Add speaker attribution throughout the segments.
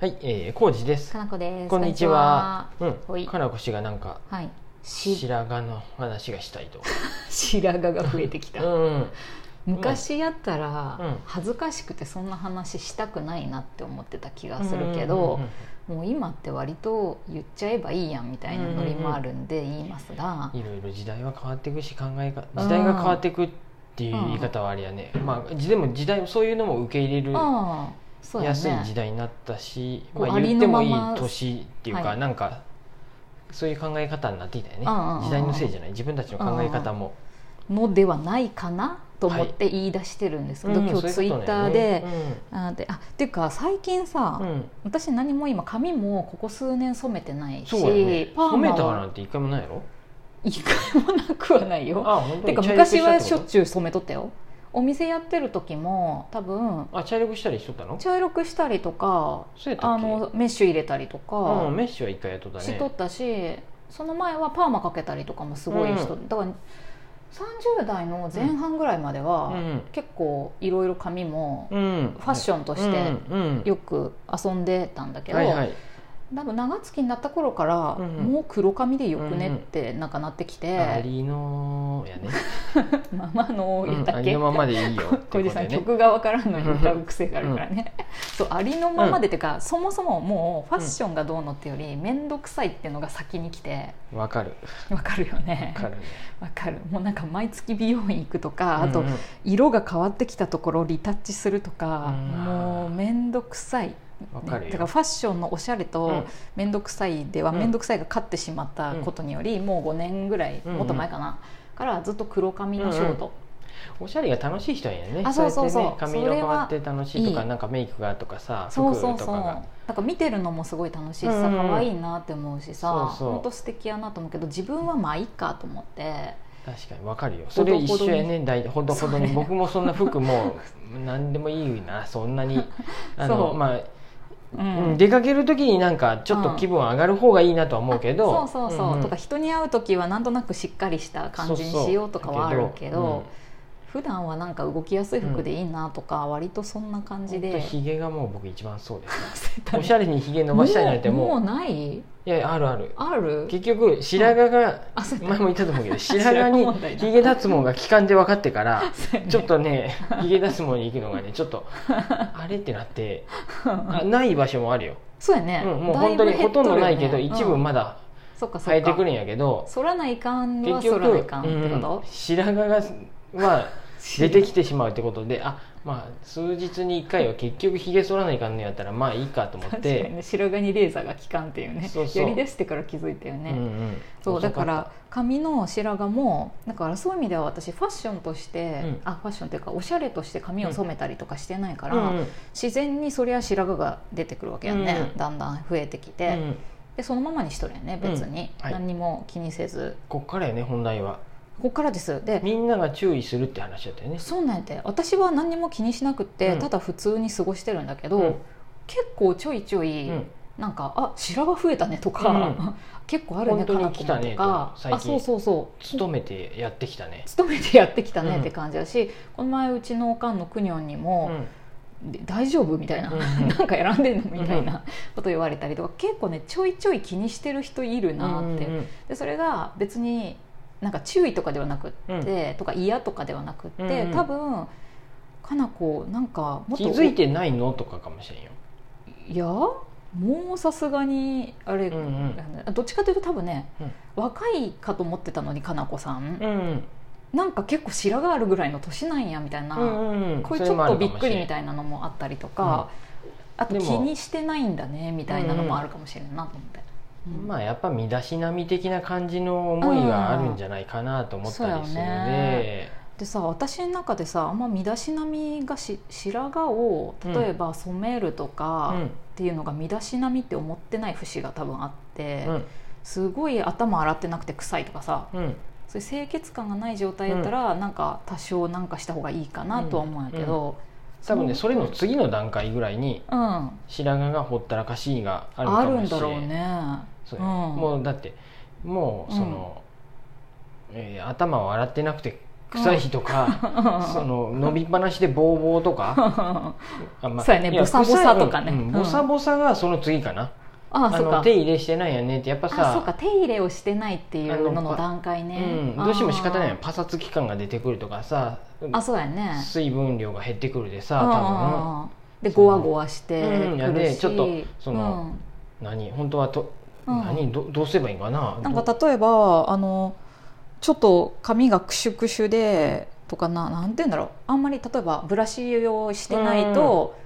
Speaker 1: はい、えー、コウジです。
Speaker 2: かなこです。
Speaker 1: こんにちは。う
Speaker 2: こんに
Speaker 1: ん、
Speaker 2: ちは
Speaker 1: かなこ氏がなんか
Speaker 2: は。はい。し
Speaker 1: 白髪の話がしたいと。
Speaker 2: 白髪が増えてき
Speaker 1: う
Speaker 2: た。
Speaker 1: んうん、
Speaker 2: 昔やったら
Speaker 1: うん
Speaker 2: 恥ずかしくてそんな話したくないなって思ってた気がするけど、もう今って割と言っちゃえばいいやんみたいなノリもあるんで言いますが
Speaker 1: う、んうんうんいろいろ時代は変わっていくし、考えが、時代が変わっていくっていう言い方はありやね。まあ、じでも時代、そういうのも受け入れる。
Speaker 2: ああ、そうや
Speaker 1: 安い時
Speaker 2: ね。
Speaker 1: 代になったし、
Speaker 2: こう
Speaker 1: まあ、
Speaker 2: あ
Speaker 1: 言
Speaker 2: り
Speaker 1: って
Speaker 2: の
Speaker 1: も
Speaker 2: ま
Speaker 1: いい
Speaker 2: ま
Speaker 1: 年っていうか、
Speaker 2: はい
Speaker 1: なんかそういう考え方になっていたよね
Speaker 2: うんうんうんうん
Speaker 1: 時代のせいじゃない自分たちの考え方も、
Speaker 2: のではないかなと思って言い出してるんですけど、
Speaker 1: うん
Speaker 2: 今日ツイッターで、、あーであっていうか最近さ
Speaker 1: そういうことだよねうんうん
Speaker 2: 私何も今髪もここ数年染めてないし、
Speaker 1: そうやね
Speaker 2: パー
Speaker 1: 褒め
Speaker 2: マ
Speaker 1: たな
Speaker 2: は
Speaker 1: んて一回もないやろ
Speaker 2: 一回もなくはないよ
Speaker 1: あ本当
Speaker 2: て
Speaker 1: に
Speaker 2: か
Speaker 1: 茶色く
Speaker 2: 昔
Speaker 1: た
Speaker 2: は
Speaker 1: て
Speaker 2: し
Speaker 1: こ
Speaker 2: ょ
Speaker 1: と
Speaker 2: っちゅう染めとったよお店やってる時も多分
Speaker 1: あ茶色くしたりしとったの
Speaker 2: 茶色くしたりとか
Speaker 1: そうやった
Speaker 2: あ
Speaker 1: っけ
Speaker 2: のメッシュ入れたりと
Speaker 1: う
Speaker 2: か
Speaker 1: ん、メッシュは一回やっとったね
Speaker 2: しとったし、その前はパーマかけたりとかもすごい人、だから30代の前半ぐらいまでは、
Speaker 1: うん
Speaker 2: 結構いろいろ髪も
Speaker 1: うん、
Speaker 2: ファッションとして
Speaker 1: うんうん
Speaker 2: よく遊んでたんだけど、
Speaker 1: はいはい
Speaker 2: 多分長月になった頃から、
Speaker 1: うんうん
Speaker 2: もう黒髪でよくねってなんかなってき
Speaker 1: あ
Speaker 2: て、
Speaker 1: りのやね、
Speaker 2: ままの
Speaker 1: う
Speaker 2: 言っ
Speaker 1: ん、
Speaker 2: た
Speaker 1: あ
Speaker 2: っけ、
Speaker 1: りのままでいいよってこと
Speaker 2: 小路さ
Speaker 1: や
Speaker 2: ん、
Speaker 1: ね
Speaker 2: 曲が分からんのに歌う癖があるからね、そうありのままでってか、そもそももうファッションがどうのってより面倒くさいっていうのが先に来て
Speaker 1: わかる
Speaker 2: わかるよね
Speaker 1: わかるね
Speaker 2: わかるもうなんか毎月美容院行くとか あと
Speaker 1: うんうん
Speaker 2: 色が変わってきたところをリタッチすると
Speaker 1: う
Speaker 2: か、
Speaker 1: ん
Speaker 2: もう面倒くさい。
Speaker 1: わかるよ
Speaker 2: だからファッションのおしゃれ
Speaker 1: う
Speaker 2: と
Speaker 1: ん
Speaker 2: 面倒くさいでは
Speaker 1: うん
Speaker 2: 面倒くさいが勝ってしまったことにより、もう5年ぐらい
Speaker 1: うんうん
Speaker 2: もっと前かな、からずっと黒髪の仕事、
Speaker 1: おしゃれが楽しい人やね
Speaker 2: あそうそうそう
Speaker 1: やってね、髪色変わっ
Speaker 2: そ
Speaker 1: て楽しいとか
Speaker 2: いい
Speaker 1: なんかメイクがとかさ
Speaker 2: そうそう
Speaker 1: 服
Speaker 2: そ
Speaker 1: と
Speaker 2: う
Speaker 1: か
Speaker 2: な
Speaker 1: が
Speaker 2: んか見てるのもすごい楽しいしさ、
Speaker 1: うんうん
Speaker 2: 可愛いなって思うしさ
Speaker 1: そうそう
Speaker 2: ほんと素敵やなと思うけど自分はまあいいかと思って
Speaker 1: 確かにわかるよそれ一緒やね大体ほどほどに
Speaker 2: そうね
Speaker 1: 僕もそんな服も 何でもいいなそんなにあ
Speaker 2: そ
Speaker 1: の
Speaker 2: う
Speaker 1: まあう
Speaker 2: う
Speaker 1: ん
Speaker 2: ん
Speaker 1: 出かける時になんかちょっと気分上がる方がいいなとは思うけど、
Speaker 2: あそうそうそう、
Speaker 1: んん
Speaker 2: とか人に会う時はなんとなくしっかりした感じにしようとかはあるけど普段はなんか動きやすい服でいいなとか、割とそんな感じ
Speaker 1: ひげ、うんほんと
Speaker 2: で
Speaker 1: ヒゲがもう僕一番そうです、おし
Speaker 2: ゃ
Speaker 1: ゃれにひげ伸ばしたいなんてもう
Speaker 2: もうない
Speaker 1: いやいやあるある
Speaker 2: ある
Speaker 1: 結局白髪が、
Speaker 2: あそう
Speaker 1: 前も言ったと思うけど白
Speaker 2: 白
Speaker 1: 髪
Speaker 2: 髪
Speaker 1: に
Speaker 2: 問題だ
Speaker 1: ヒゲ脱毛が期間で分かって から
Speaker 2: そうやね
Speaker 1: ちょっとねヒゲ脱毛に行くのがねちょっと あれってなってあない場所もあるよ、
Speaker 2: そうや
Speaker 1: うん
Speaker 2: ね、、
Speaker 1: もう本当に
Speaker 2: だぶ
Speaker 1: ほ
Speaker 2: 減っ
Speaker 1: とん
Speaker 2: るよ
Speaker 1: ど
Speaker 2: ね
Speaker 1: ないけど、一部
Speaker 2: うん
Speaker 1: まだ
Speaker 2: そっかそ
Speaker 1: 生
Speaker 2: っ
Speaker 1: えて
Speaker 2: か
Speaker 1: くるんやけど
Speaker 2: そらないかんは
Speaker 1: 結
Speaker 2: そ
Speaker 1: 局、
Speaker 2: らないかんっ
Speaker 1: うん
Speaker 2: てこと、
Speaker 1: 白髪がは出てきてしまうってことであまあ数日に1回は結局ひげ剃らないかんのやったらまあいいかと思っ
Speaker 2: 確かに
Speaker 1: て、
Speaker 2: ね白髪にレーザーが効かんっていうね
Speaker 1: そうそう
Speaker 2: やりだしてから気づいたよね、
Speaker 1: うんうん
Speaker 2: そうだ
Speaker 1: 遅
Speaker 2: か
Speaker 1: った
Speaker 2: ら髪の白髪もだからそういう意味では私ファッションとして、
Speaker 1: うん
Speaker 2: あファッションというかおしゃれとして髪を染めたりとかしてないから、
Speaker 1: うんうん
Speaker 2: 自然にそりゃ白髪が出てくるわけやね、
Speaker 1: うん
Speaker 2: だんだん増えてきて、
Speaker 1: うん
Speaker 2: でそのままにしとるよね別に、
Speaker 1: うんはい
Speaker 2: 何にも気にせず
Speaker 1: こっからやね本題は
Speaker 2: ここからですで
Speaker 1: みんなが注意するって話だったよね
Speaker 2: そうなんやて私は何にも気にしなくって、
Speaker 1: うん
Speaker 2: ただ普通に過ごしてるんだけど、
Speaker 1: うん
Speaker 2: 結構ちょいちょい、
Speaker 1: うん
Speaker 2: なんかあ白髪増えたねとか、
Speaker 1: うん
Speaker 2: 結構あるね
Speaker 1: 本当に
Speaker 2: かなこも
Speaker 1: 来たね
Speaker 2: とか
Speaker 1: と最
Speaker 2: あ
Speaker 1: 近
Speaker 2: そうそうそう
Speaker 1: 勤めてやってきたね、
Speaker 2: 勤めてやってきたねって感じだし、この前うちのおかんのくにょんに
Speaker 1: う
Speaker 2: も、
Speaker 1: ん
Speaker 2: で大丈夫みたいな、
Speaker 1: うんうん
Speaker 2: なんか選んでんのみたい
Speaker 1: うん
Speaker 2: なこと言われたりとか結構ねちょいちょい気にしてる人いるなって、
Speaker 1: うんうん
Speaker 2: でそれが別になんか注意とかではなくって、とか嫌とかではなくって、
Speaker 1: うんうん
Speaker 2: 多分かなこなんかもっ
Speaker 1: 気
Speaker 2: と
Speaker 1: づいてないのとかかもしれんよ、
Speaker 2: いやもうさすがにあれ、
Speaker 1: うん
Speaker 2: どっちかというと多分ね、若いかと思ってたのにかなこさん、
Speaker 1: うん
Speaker 2: なんか結構白髪あるぐらいの年なんやみたいな、
Speaker 1: うんうん
Speaker 2: こういうちょっとびっくりみ
Speaker 1: い
Speaker 2: たいなのもあったりとか、あと
Speaker 1: でも
Speaker 2: 気にしてないんだねみたいなのもあるかもしれんなと思って、
Speaker 1: まあやっぱ身だしなみ的な感じの思いがあるんじゃないかなと思ったりするの
Speaker 2: うんそうよ
Speaker 1: で
Speaker 2: ね、でさ私の中でさあんま身だしなみがし白髪を例えば染めると
Speaker 1: う
Speaker 2: か
Speaker 1: ん
Speaker 2: っていうのが身だしなみって思ってない節が多分あって、
Speaker 1: うん
Speaker 2: すごい頭洗ってなくて臭いとかさ
Speaker 1: うん
Speaker 2: そういう清潔感がない状態やったら、なんか多少なんかした方がいいかなとは思うんやけど、
Speaker 1: 多分ねそれの
Speaker 2: うん
Speaker 1: 次の段階ぐらいに
Speaker 2: あ
Speaker 1: 白髪がほったらかしいがあるか
Speaker 2: る
Speaker 1: も
Speaker 2: ん
Speaker 1: しれ
Speaker 2: だ
Speaker 1: ん
Speaker 2: ろうね
Speaker 1: そうよ
Speaker 2: うん
Speaker 1: もうだってもうその、えー頭を洗ってなくて臭い日とか、その伸びっぱなしでボーボーとかあ、ま
Speaker 3: そうやね
Speaker 1: いや
Speaker 3: ボサボサとかね
Speaker 1: 臭いうんうん
Speaker 3: うん
Speaker 1: ボサボサがその次かな、
Speaker 3: ああ
Speaker 1: あ
Speaker 3: そうか
Speaker 1: の手入れしてないよねってやっぱ
Speaker 3: あ
Speaker 1: さ
Speaker 3: そうか手入れをしてないっていうの
Speaker 1: あの
Speaker 3: の
Speaker 1: パ
Speaker 3: 段階ね、
Speaker 1: うん、どうしても仕方ないよパサつき感が出てくるとかさ
Speaker 3: あそうやね
Speaker 1: 水分量が減ってくるでさ
Speaker 3: あーでゴワゴワして
Speaker 1: うん
Speaker 3: くるし、
Speaker 1: でちょっとその多分何本当はと、
Speaker 3: うん
Speaker 1: 何どどうすればいいんかな
Speaker 2: なん
Speaker 1: ど
Speaker 2: か例えばあのちょっと髪がクシュクシュでとかななんて言うんだろうあんまり例えばブラシをしてないと、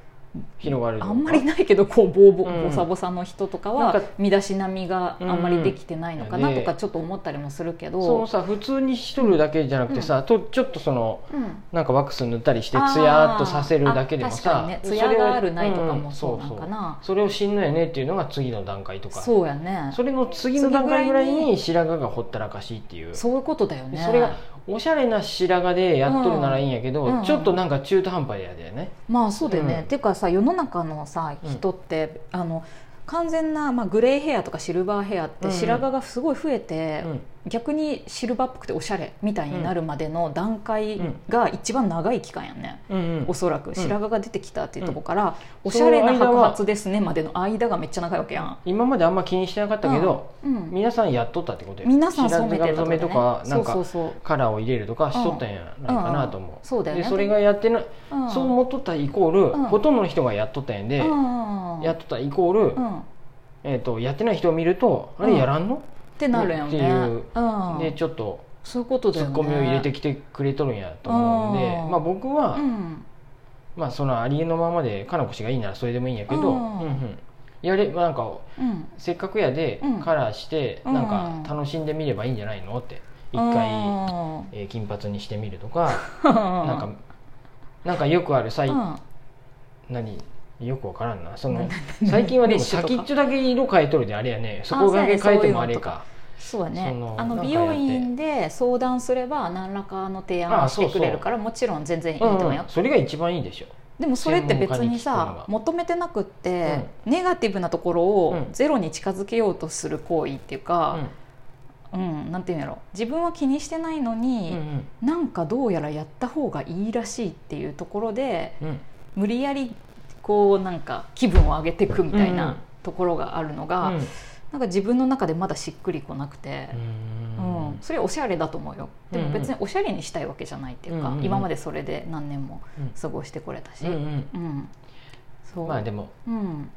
Speaker 1: 広がるとか
Speaker 2: あんまりないけどこうボーボ,、
Speaker 1: うん
Speaker 2: ボサボサの人とか
Speaker 1: な
Speaker 2: は
Speaker 1: んか
Speaker 2: 身だしなみがあんまりできてないのかな
Speaker 1: うん
Speaker 2: とかちょっと思ったりもするけ
Speaker 1: そ
Speaker 2: ど
Speaker 1: の、さ普通にしとるだけじゃなくてさ、とちょっとその
Speaker 3: うん
Speaker 1: なんかワックス塗ったりしてツヤっとさせるだけでも
Speaker 2: あ
Speaker 1: さ
Speaker 2: ー確か
Speaker 1: そ
Speaker 2: にね
Speaker 1: れ
Speaker 2: ツヤが
Speaker 1: を
Speaker 2: あるないとか
Speaker 1: う
Speaker 2: も
Speaker 1: ん
Speaker 2: そうなんかな、
Speaker 1: それをしんのよねっていうのが次の段階とかそ
Speaker 2: そうやね
Speaker 1: れの次の段階ぐらい
Speaker 2: 次ぐらい
Speaker 1: に白髪がほったらかしいっていう
Speaker 2: そういうことだよ
Speaker 1: で
Speaker 2: ね
Speaker 1: それがおしゃれな白髪でやっとるならいいんやけど、
Speaker 2: うんうん
Speaker 1: ちょっとなんか中途半端でやだよね、
Speaker 2: まあそうだよね、
Speaker 1: うん
Speaker 2: っていうかさ世の中のさ
Speaker 1: うん
Speaker 2: 人って、あの完全な、まあ、グレーヘアとかシルバーヘアっ
Speaker 1: う
Speaker 2: て
Speaker 1: んうん
Speaker 2: 白髪がすごい増えて、
Speaker 1: うん
Speaker 2: 逆にシルバーっぽくておしゃれみたいになるまでの段階が一番長い期間やんね、
Speaker 1: うん
Speaker 2: お
Speaker 1: う
Speaker 2: そらく白髪が出てきたっていうところから、
Speaker 1: うん
Speaker 2: おしゃれな
Speaker 1: その間
Speaker 2: 白
Speaker 1: は
Speaker 2: 髪ですねまでの間がめっちゃ長いわけやん
Speaker 1: ん、今まであんま気にしてなかったけど、
Speaker 2: うん、
Speaker 1: 皆さんやっとったってことよ
Speaker 2: 皆さん染めて
Speaker 1: 白髪
Speaker 2: た
Speaker 1: 染めと
Speaker 2: ね
Speaker 1: かなん
Speaker 2: そう
Speaker 1: か
Speaker 2: そう
Speaker 1: カラーを入れるとかしとったんやないかなと思う、
Speaker 2: うんうんそうだよね
Speaker 1: でそれがやってない、
Speaker 2: そう、うん、
Speaker 1: そう思っとったイコール、
Speaker 2: うん
Speaker 1: ほとんどの人がやっとったんやで、
Speaker 2: うん
Speaker 1: やっとったイコール、
Speaker 2: うんっ
Speaker 1: えー、とやってない人を見ると、あ
Speaker 2: う
Speaker 1: れ
Speaker 2: ん
Speaker 1: やらんの、
Speaker 2: てなるやん
Speaker 1: って
Speaker 2: ね
Speaker 1: いう
Speaker 2: うん、
Speaker 1: でちょっと
Speaker 2: そういうこと
Speaker 1: ツ
Speaker 2: だ
Speaker 1: ッ
Speaker 2: よね
Speaker 1: コミを入れてきてくれとるんやと思うんで、
Speaker 2: うん
Speaker 1: まあ、僕は、
Speaker 2: うん
Speaker 1: まあ、そのありのままでかなこ氏がいいならそれでもいいんやけど、
Speaker 2: うん
Speaker 1: うんうんやれまあなんか
Speaker 2: うん
Speaker 1: せっかくやで
Speaker 2: うん
Speaker 1: カラーして、
Speaker 2: うん
Speaker 1: なんか楽しんでみればいいんじゃないのって一回、
Speaker 2: 回
Speaker 1: えー金髪にしてみるとか、
Speaker 2: な
Speaker 1: なんかなんかよくあるさい、
Speaker 2: うん
Speaker 1: 何よくわからんなそ の
Speaker 2: な
Speaker 1: 最近はでも
Speaker 2: メッシュとか
Speaker 1: 先っちょだけ色変えとるであれやねそこだけ
Speaker 2: あそう
Speaker 1: 変
Speaker 2: や
Speaker 1: え
Speaker 2: ね
Speaker 1: てもあれか
Speaker 2: そうだ
Speaker 1: そ
Speaker 2: ね
Speaker 1: のな
Speaker 2: あ
Speaker 1: ん
Speaker 2: の
Speaker 1: か
Speaker 2: 美容院で相談すれば何らかの提案を
Speaker 1: あ
Speaker 2: してくれるからもちろん全然いいと思う
Speaker 1: うんう
Speaker 2: よ
Speaker 1: ん、それが一番いいでしょ
Speaker 2: でもそれって別に
Speaker 1: 専門家に聞くの
Speaker 2: さ
Speaker 1: が
Speaker 2: 求めてなくって、ネガティブなところを
Speaker 1: うん
Speaker 2: ゼロに近づけようとする行為っていうか、うんなんていうんやろ自分は気にしてないの
Speaker 1: うん
Speaker 2: に
Speaker 1: う、ん
Speaker 2: なんかどうやらやった方がいいらしいっていうところで
Speaker 1: うん
Speaker 2: 無理やりこうなんか気分を上げていくみたい
Speaker 1: うんうん
Speaker 2: なところがあるのが、なんか自分の中でまだしっくりこなくて、
Speaker 1: う
Speaker 2: うんん、それおしゃれだと思うよで
Speaker 1: うんうん
Speaker 2: も別におしゃれにしたいわけじゃないっていうか、
Speaker 1: うんうんうん
Speaker 2: 今までそれで何年も
Speaker 1: うん
Speaker 2: 過ごしてこれたし、
Speaker 1: う
Speaker 2: うん
Speaker 1: うんん
Speaker 2: そう、
Speaker 1: まあでも
Speaker 2: うん、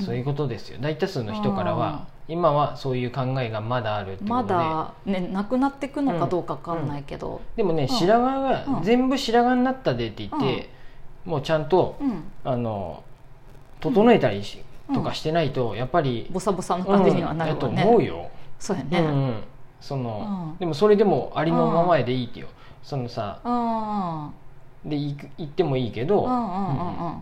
Speaker 1: そういうことですよ大多数の人からは今はそういう考えがまだあるってこ
Speaker 2: ま
Speaker 1: とで
Speaker 2: だ、ね、なくなっていくのかどうかわかんないけど、
Speaker 1: でもね白髪が
Speaker 2: うん
Speaker 1: 全部白髪になったでって言ってもうちゃんと
Speaker 2: うん
Speaker 1: あの整えたりしとかしてないとやっぱり
Speaker 2: ボサボサの感じにはなる
Speaker 1: うんや
Speaker 2: わね、
Speaker 1: と思うよ
Speaker 2: そうやね、
Speaker 1: う
Speaker 2: うん
Speaker 1: んうんその
Speaker 2: うん
Speaker 1: でもそれでもありのままでいいってよそのさ
Speaker 2: うん
Speaker 1: で行く行ってもいいけ
Speaker 2: うんう
Speaker 1: ど
Speaker 2: んうんうん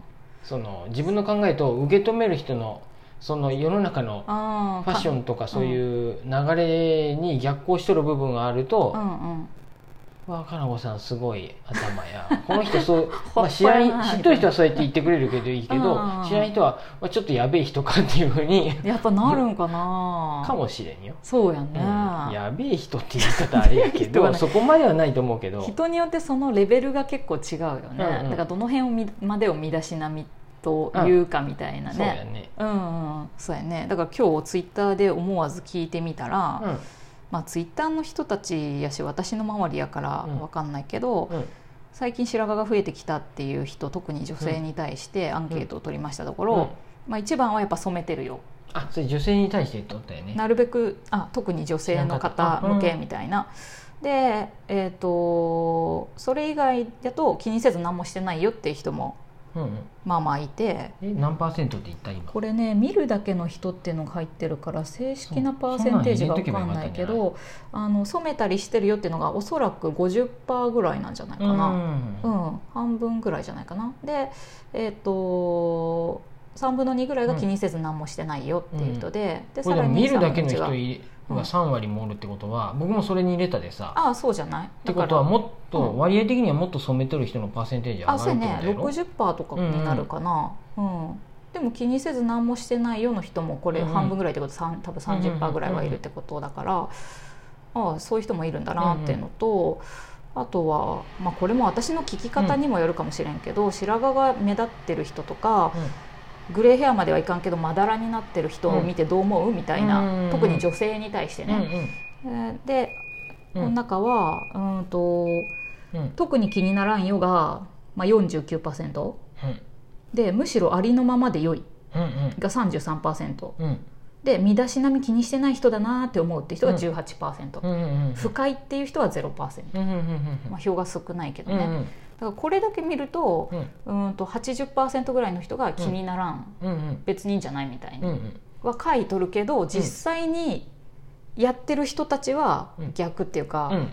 Speaker 1: その自分の考えと受け止める人のその世の中の
Speaker 2: あー
Speaker 1: ファッションとかそういう流れに逆行しとる部分がある
Speaker 2: う
Speaker 1: と
Speaker 2: んうん
Speaker 1: 「わあかなこさんすごい頭 やこの人そう、
Speaker 2: ほ
Speaker 1: まあ、
Speaker 2: っ
Speaker 1: 知
Speaker 2: ぽや
Speaker 1: ら
Speaker 2: なん
Speaker 1: 知っとる人はそうやって言ってくれるけどいいけど
Speaker 2: うん
Speaker 1: 知らん人は、まあ、ちょっとやべえ人かっていうふうに
Speaker 2: やっぱなるんかな
Speaker 1: かもしれんよ。
Speaker 2: そうや
Speaker 1: うん
Speaker 2: ね、
Speaker 1: やべえ人って言い方あれやけ
Speaker 2: やべえ人は
Speaker 1: ど
Speaker 2: ね
Speaker 1: そこまではないと思うけど
Speaker 2: 人によってそのレベルが結構違うよね、
Speaker 1: うんうん
Speaker 2: だからどの辺をみまでを身だしなみというかみたいな
Speaker 1: そうや
Speaker 2: ね、
Speaker 1: ね。
Speaker 2: うんうんうんそうやねだから今日ツイッターで思わず聞いてみたら、
Speaker 1: うん
Speaker 2: まあ、ツイッターの人たちやし私の周りやから
Speaker 1: うん
Speaker 2: わかんないけど、
Speaker 1: うん
Speaker 2: 最近白髪が増えてきたっていう人特に女性に対してアンケートを取りましたところ、
Speaker 1: うん
Speaker 2: まあ、一番はやっぱ染めてるよ
Speaker 1: あそれ女性に対して言っとったよね。
Speaker 2: なるべくあ特に女性の方向けみたいな。で、えー、とそれ以外だと気にせず何もしてないよっていう人も
Speaker 1: うんうん
Speaker 2: まあまあいて
Speaker 1: え何パーセントって言った今
Speaker 2: これね見るだけの人っていうのが入ってるから正式なパーセンテージが分かんないけ
Speaker 1: そんな
Speaker 2: どあの染めたりしてるよっていうのがおそらく50%ぐらいなんじゃないかな。う
Speaker 1: うん
Speaker 2: ん、半分ぐらいじゃないかなでえっ、と3分の2ぐらいが気にせず何もしてないよっていう人で、で
Speaker 1: これでも見るだけの人
Speaker 2: 3分1が
Speaker 1: が3割もおるってことは、僕もそれに入れたでさ
Speaker 2: ああそうじゃない
Speaker 1: ってことは
Speaker 2: だか
Speaker 1: もっと
Speaker 2: うん
Speaker 1: 割合的にはもっと染めとる人のパーセンテージ
Speaker 2: ら
Speaker 1: 上
Speaker 2: あ
Speaker 1: が
Speaker 2: そう
Speaker 1: る
Speaker 2: や
Speaker 1: ってこと
Speaker 2: ね
Speaker 1: やろ
Speaker 2: 60%とかになるかな、うんでも気にせず何もしてないよの人もこれ
Speaker 1: うんうん
Speaker 2: 半分ぐらいってこと、さん多分30%ぐらいはいるってことだから、ああそういう人もいるんだなっていうのと、あとは、まあ、これも私の聞き方にもよるかもしれんけど、白髪が目立ってる人とか、グレーヘアまではいかんけどまだらになってる人を見てどう思うみたいな、
Speaker 1: うん
Speaker 2: 特に女性に対してね。えーで、
Speaker 1: うん
Speaker 2: この中はうんと
Speaker 1: うん
Speaker 2: 特に気にならんよが、まあ、49%でむしろありのままで良い
Speaker 1: うんうん
Speaker 2: が33%
Speaker 1: うん
Speaker 2: で身だしなみ気にしてない人だなーって思うって人が18%、
Speaker 1: うんうんうん
Speaker 2: 不快っていう人は0%、
Speaker 1: うんうんうんうん
Speaker 2: まあ、票が少ないけど
Speaker 1: うん
Speaker 2: ね、
Speaker 1: う
Speaker 2: だ
Speaker 1: ん
Speaker 2: からこれだけ見ると
Speaker 1: うん
Speaker 2: うんと80%ぐらいの人が気にならん、
Speaker 1: うん
Speaker 2: 別にいいんじゃないみたい
Speaker 1: うんう
Speaker 2: に、
Speaker 1: ん
Speaker 2: は書いとるけど実際にやってる人たちは
Speaker 1: うん
Speaker 2: 逆っていうか、
Speaker 1: うん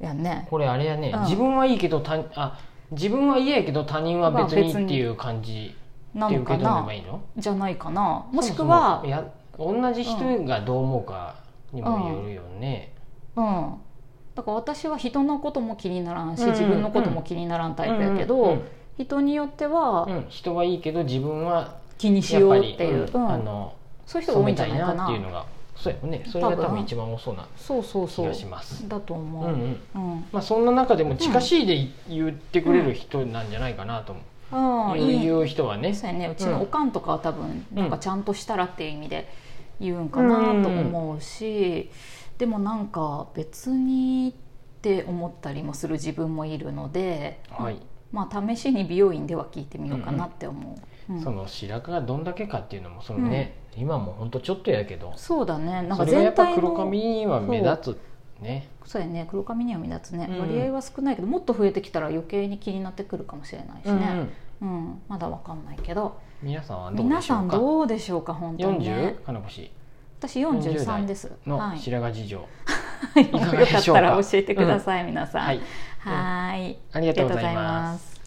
Speaker 2: やんね
Speaker 1: これあれやね、
Speaker 2: うん
Speaker 1: 自分はいいけど他あ自分は嫌やけど他人は別にっていう感じ
Speaker 2: な
Speaker 1: って
Speaker 2: の
Speaker 1: 受け止め
Speaker 2: か
Speaker 1: れ
Speaker 2: な
Speaker 1: ばいいの
Speaker 2: じゃないかなもしくは
Speaker 1: そもそもや同じ人がどう思うかにもよるよね、
Speaker 2: うんだから私は人のことも気にならんし、
Speaker 1: うん
Speaker 2: 自分のことも気にならんタイプやけど、
Speaker 1: うん
Speaker 2: 人によっては
Speaker 1: うん人はいいけど自分は
Speaker 2: 気にし
Speaker 1: やっ
Speaker 2: よ
Speaker 1: ぱ
Speaker 2: う
Speaker 1: り
Speaker 2: っていう、
Speaker 1: うん
Speaker 2: うん
Speaker 1: あの
Speaker 2: そういう人が
Speaker 1: 染
Speaker 2: 多い
Speaker 1: め
Speaker 2: ん
Speaker 1: た
Speaker 2: じゃ
Speaker 1: い
Speaker 2: ないか
Speaker 1: な
Speaker 2: な
Speaker 1: っていうのがそうやもんねそれが多
Speaker 2: 多
Speaker 1: 分
Speaker 2: 分
Speaker 1: 一番多そうな
Speaker 2: そうそう
Speaker 1: 気
Speaker 2: そう
Speaker 1: がします
Speaker 2: だと
Speaker 1: う
Speaker 2: 思
Speaker 1: ん
Speaker 2: う、
Speaker 1: う
Speaker 2: うん
Speaker 1: んまあ、そんな中でも近しいで言ってくれる人なんじゃないかなと思
Speaker 2: あ
Speaker 1: う、
Speaker 2: あ
Speaker 1: 言う
Speaker 2: いい
Speaker 1: 言う人はね
Speaker 2: そうやねうち
Speaker 1: うん
Speaker 2: のおかんとかは多分
Speaker 1: うん
Speaker 2: なんかちゃんとしたらっていう意味で言うんかなと思うし、でもなんか別にって思ったりもする自分もいるので、
Speaker 1: はい、
Speaker 2: まあ試しに美容院では聞いてみようかなって思う、うん
Speaker 1: その白髪がどんだけかっていうのもそのね、今もほんとちょっとやけど
Speaker 2: そうだねなん
Speaker 1: そ
Speaker 2: か
Speaker 1: れがや
Speaker 2: 全
Speaker 1: っぱ
Speaker 2: 体
Speaker 1: 黒
Speaker 2: の
Speaker 1: 髪には目立つね
Speaker 2: そうやね黒髪には目立つね、
Speaker 1: うん
Speaker 2: 割合は少ないけどもっと増えてきたら余計に気になってくるかもしれないし
Speaker 1: うんう
Speaker 2: ね、
Speaker 1: ん
Speaker 2: うんまだわかんないけど
Speaker 1: 皆さんはどうで
Speaker 2: 皆
Speaker 1: しょ
Speaker 2: さ
Speaker 1: うんか
Speaker 2: どうでしょうか本当に、ね、
Speaker 1: 40金星
Speaker 2: 私43ですは
Speaker 1: の
Speaker 2: い
Speaker 1: 白髪事情
Speaker 2: はい
Speaker 1: か
Speaker 2: も
Speaker 1: がで
Speaker 2: しよかっ
Speaker 1: しょうか
Speaker 2: たら教えてください、皆さん。
Speaker 1: はい、
Speaker 2: はーい、
Speaker 1: ありがとうございます
Speaker 2: す。